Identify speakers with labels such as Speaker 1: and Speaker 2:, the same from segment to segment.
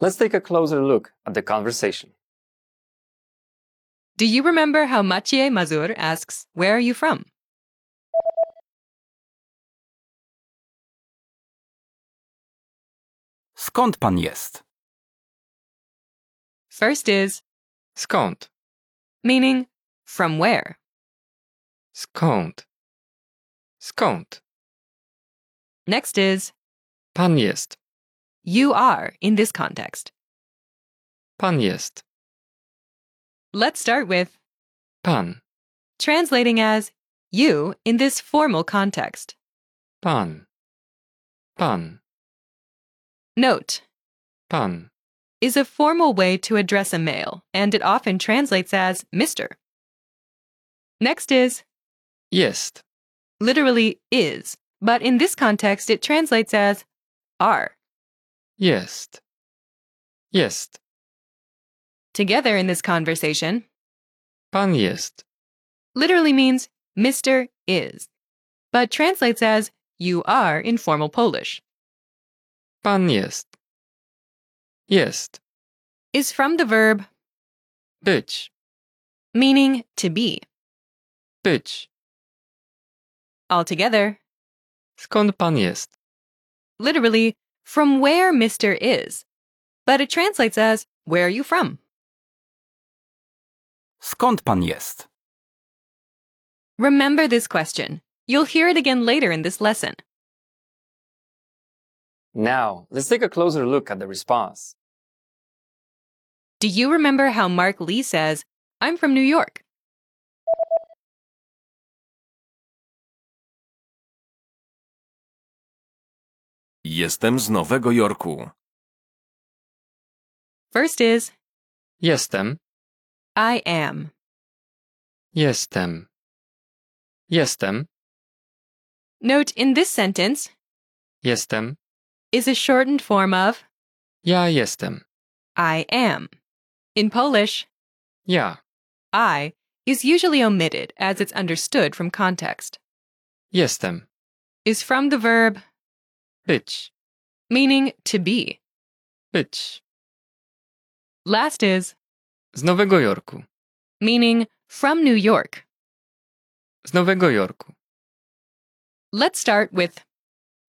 Speaker 1: Let's take a closer look at the conversation.
Speaker 2: Do you remember how Mathieu Mazur asks, Where are you from?
Speaker 3: Skąd pan jest?
Speaker 2: First is,
Speaker 4: Skąd?
Speaker 2: meaning, from where?
Speaker 4: Skąd? Skąd?
Speaker 2: Next is,
Speaker 4: Pan jest.
Speaker 2: you are in this context.
Speaker 4: Pan jest.
Speaker 2: Let's start with
Speaker 4: Pan.
Speaker 2: translating as you in this formal context.
Speaker 4: Pan. Pan.
Speaker 2: Note
Speaker 4: Pan.
Speaker 2: is a formal way to address a male, and it often translates as Mr. Next is
Speaker 4: Jest.
Speaker 2: literally is, but in this context it translates as are.
Speaker 4: Jest. Jest.
Speaker 2: Together in this conversation,
Speaker 4: Pan jest.
Speaker 2: literally means Mr. is, but translates as you are in formal Polish,
Speaker 4: Pan jest. Jest.
Speaker 2: is from the verb
Speaker 4: Być.
Speaker 2: meaning to be.
Speaker 4: Być.
Speaker 2: Altogether,
Speaker 4: Skąd pan jest?
Speaker 2: literally, from where Mr. is, but it translates as where are you from?
Speaker 3: Skąd pan jest?
Speaker 2: Remember this question. You'll hear it again later in this lesson.
Speaker 1: Now, let's take a closer look at the response.
Speaker 2: Do you remember how Mark Lee says, I'm from New York?
Speaker 5: Jestem z Nowego Jorku.
Speaker 2: First is,
Speaker 4: Jestem.
Speaker 2: I am.
Speaker 4: Jestem. Jestem.
Speaker 2: Note in this sentence
Speaker 4: Jestem.
Speaker 2: is a shortened form of
Speaker 4: Ja jestem.
Speaker 2: I am. In Polish,
Speaker 4: Ja.
Speaker 2: I is usually omitted as it's understood from context,
Speaker 4: Jestem.
Speaker 2: is from the verb
Speaker 4: Być.
Speaker 2: meaning to be.
Speaker 4: Być.
Speaker 2: Last is
Speaker 4: Z Nowego Jorku.
Speaker 2: meaning from New York.
Speaker 4: Z Nowego Jorku.
Speaker 2: Let's start with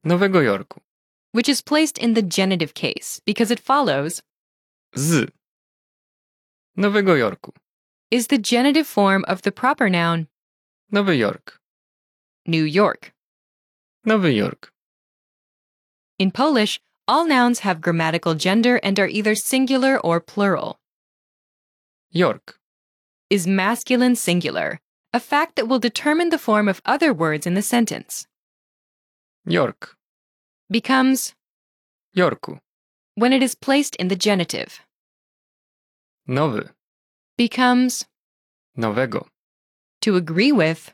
Speaker 4: Nowego Jorku.
Speaker 2: which is placed in the genitive case because it follows
Speaker 4: Z. Nowego Jorku.
Speaker 2: is the genitive form of the proper noun
Speaker 4: Nowy Jork.
Speaker 2: New York.
Speaker 4: Nowy Jork.
Speaker 2: In Polish, all nouns have grammatical gender and are either singular or plural.
Speaker 4: Jork.
Speaker 2: Is masculine singular, a fact that will determine the form of other words in the sentence.
Speaker 4: Jork.
Speaker 2: Becomes
Speaker 4: Jorku.
Speaker 2: when it is placed in the genitive.
Speaker 4: Nowy.
Speaker 2: Becomes
Speaker 4: Nowego.
Speaker 2: to agree with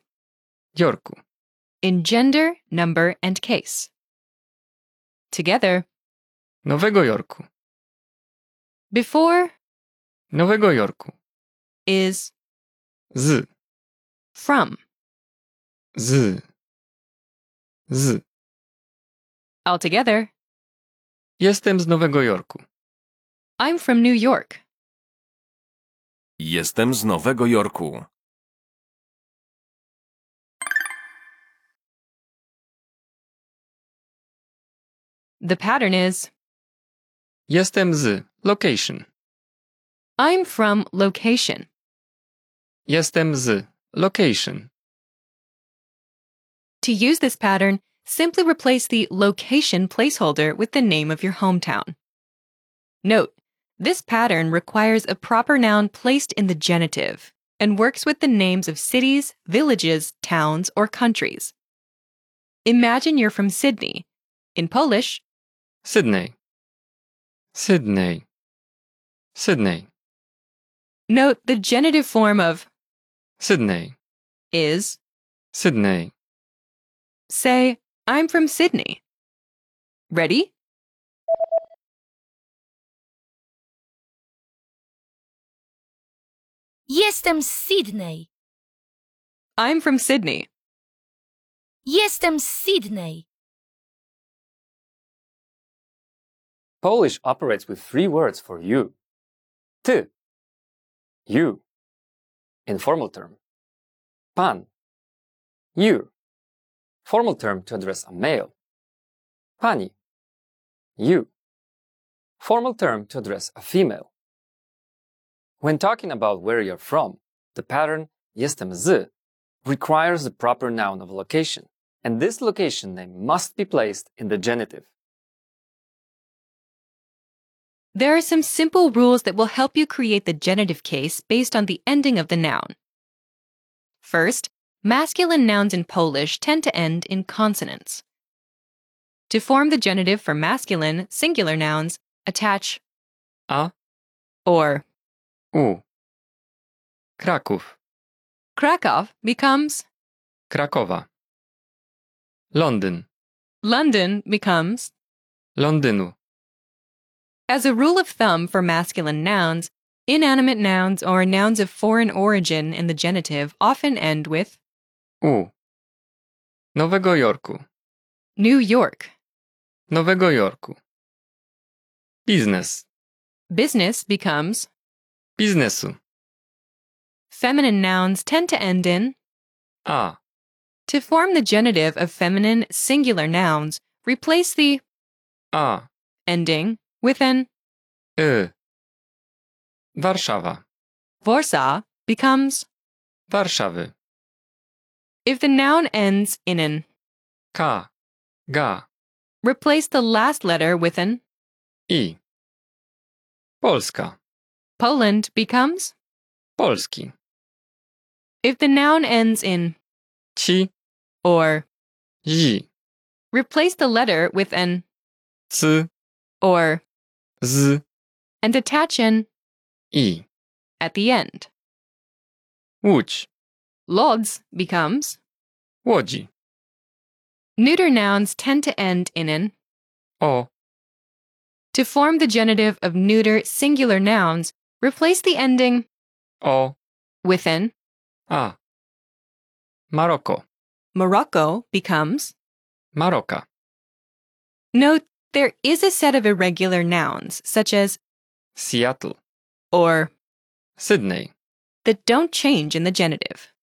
Speaker 4: Jorku.
Speaker 2: in gender, number, and case. Together,
Speaker 4: Nowego Jorku.
Speaker 2: before
Speaker 4: Nowego Jorku.
Speaker 2: is
Speaker 4: Z.
Speaker 2: from.
Speaker 4: Z. Z.
Speaker 2: Altogether,
Speaker 4: Jestem z Nowego Jorku.
Speaker 2: I'm from New York.
Speaker 5: Jestem z Nowego Jorku.
Speaker 2: The pattern is
Speaker 4: Jestem z. Location.
Speaker 2: I'm from location.
Speaker 4: Jestem z. Location.
Speaker 2: To use this pattern, simply replace the location placeholder with the name of your hometown. Note, this pattern requires a proper noun placed in the genitive and works with the names of cities, villages, towns, or countries. Imagine you're from Sydney. In Polish,
Speaker 4: Sydney. Sydney. Sydney.
Speaker 2: note the genitive form of
Speaker 4: Sydney.
Speaker 2: is.
Speaker 4: Sydney.
Speaker 2: Say, I'm from Sydney. Ready?
Speaker 6: Jestem z Sydney.
Speaker 2: I'm from Sydney.
Speaker 6: Jestem z Sydney.
Speaker 1: Polish operates with three words for you. Ty. You. Informal term. Pan. You. Formal term to address a male. Pani. You. Formal term to address a female. When talking about where you're from, the pattern jestem z requires the proper noun of location, and this location name must be placed in the genitive.
Speaker 2: There are some simple rules that will help you create the genitive case based on the ending of the noun. First, masculine nouns in Polish tend to end in consonants. To form the genitive for masculine, singular nouns, attach
Speaker 4: A,
Speaker 2: or
Speaker 4: U. Kraków,
Speaker 2: Krakow becomes,
Speaker 4: Krakowa. Londyn,
Speaker 2: London becomes.
Speaker 4: Londynu.
Speaker 2: As a rule of thumb for masculine nouns, inanimate nouns or nouns of foreign origin in the genitive often end with
Speaker 4: U. Nowego Jorku.
Speaker 2: New York.
Speaker 4: Nowego Jorku. Biznes.
Speaker 2: Business becomes.
Speaker 4: Biznesu.
Speaker 2: Feminine nouns tend to end in.
Speaker 4: A.
Speaker 2: To form the genitive of feminine singular nouns, replace the
Speaker 4: A.
Speaker 2: ending with an
Speaker 4: Y. Warszawa.
Speaker 2: Warsaw becomes
Speaker 4: Warszawy.
Speaker 2: if the noun ends in an.
Speaker 4: K. Ga.
Speaker 2: Replace the last letter with an.
Speaker 4: I. Polska.
Speaker 2: Poland becomes
Speaker 4: Polski.
Speaker 2: if the noun ends in
Speaker 4: Ci.
Speaker 2: or.
Speaker 4: Zi.
Speaker 2: Replace the letter with an
Speaker 4: C.
Speaker 2: or
Speaker 4: Z.
Speaker 2: and attach an
Speaker 4: I.
Speaker 2: at the end.
Speaker 4: Łódź.
Speaker 2: Lodz becomes.
Speaker 4: Łodzi.
Speaker 2: Neuter nouns tend to end in an.
Speaker 4: O.
Speaker 2: To form the genitive of neuter singular nouns, replace the ending
Speaker 4: O.
Speaker 2: with an.
Speaker 4: A. Maroko.
Speaker 2: Morocco becomes.
Speaker 4: Maroka.
Speaker 2: Note there is a set of irregular nouns, such as
Speaker 4: Seattle.
Speaker 2: or,
Speaker 4: Sydney.
Speaker 2: that don't change in the genitive.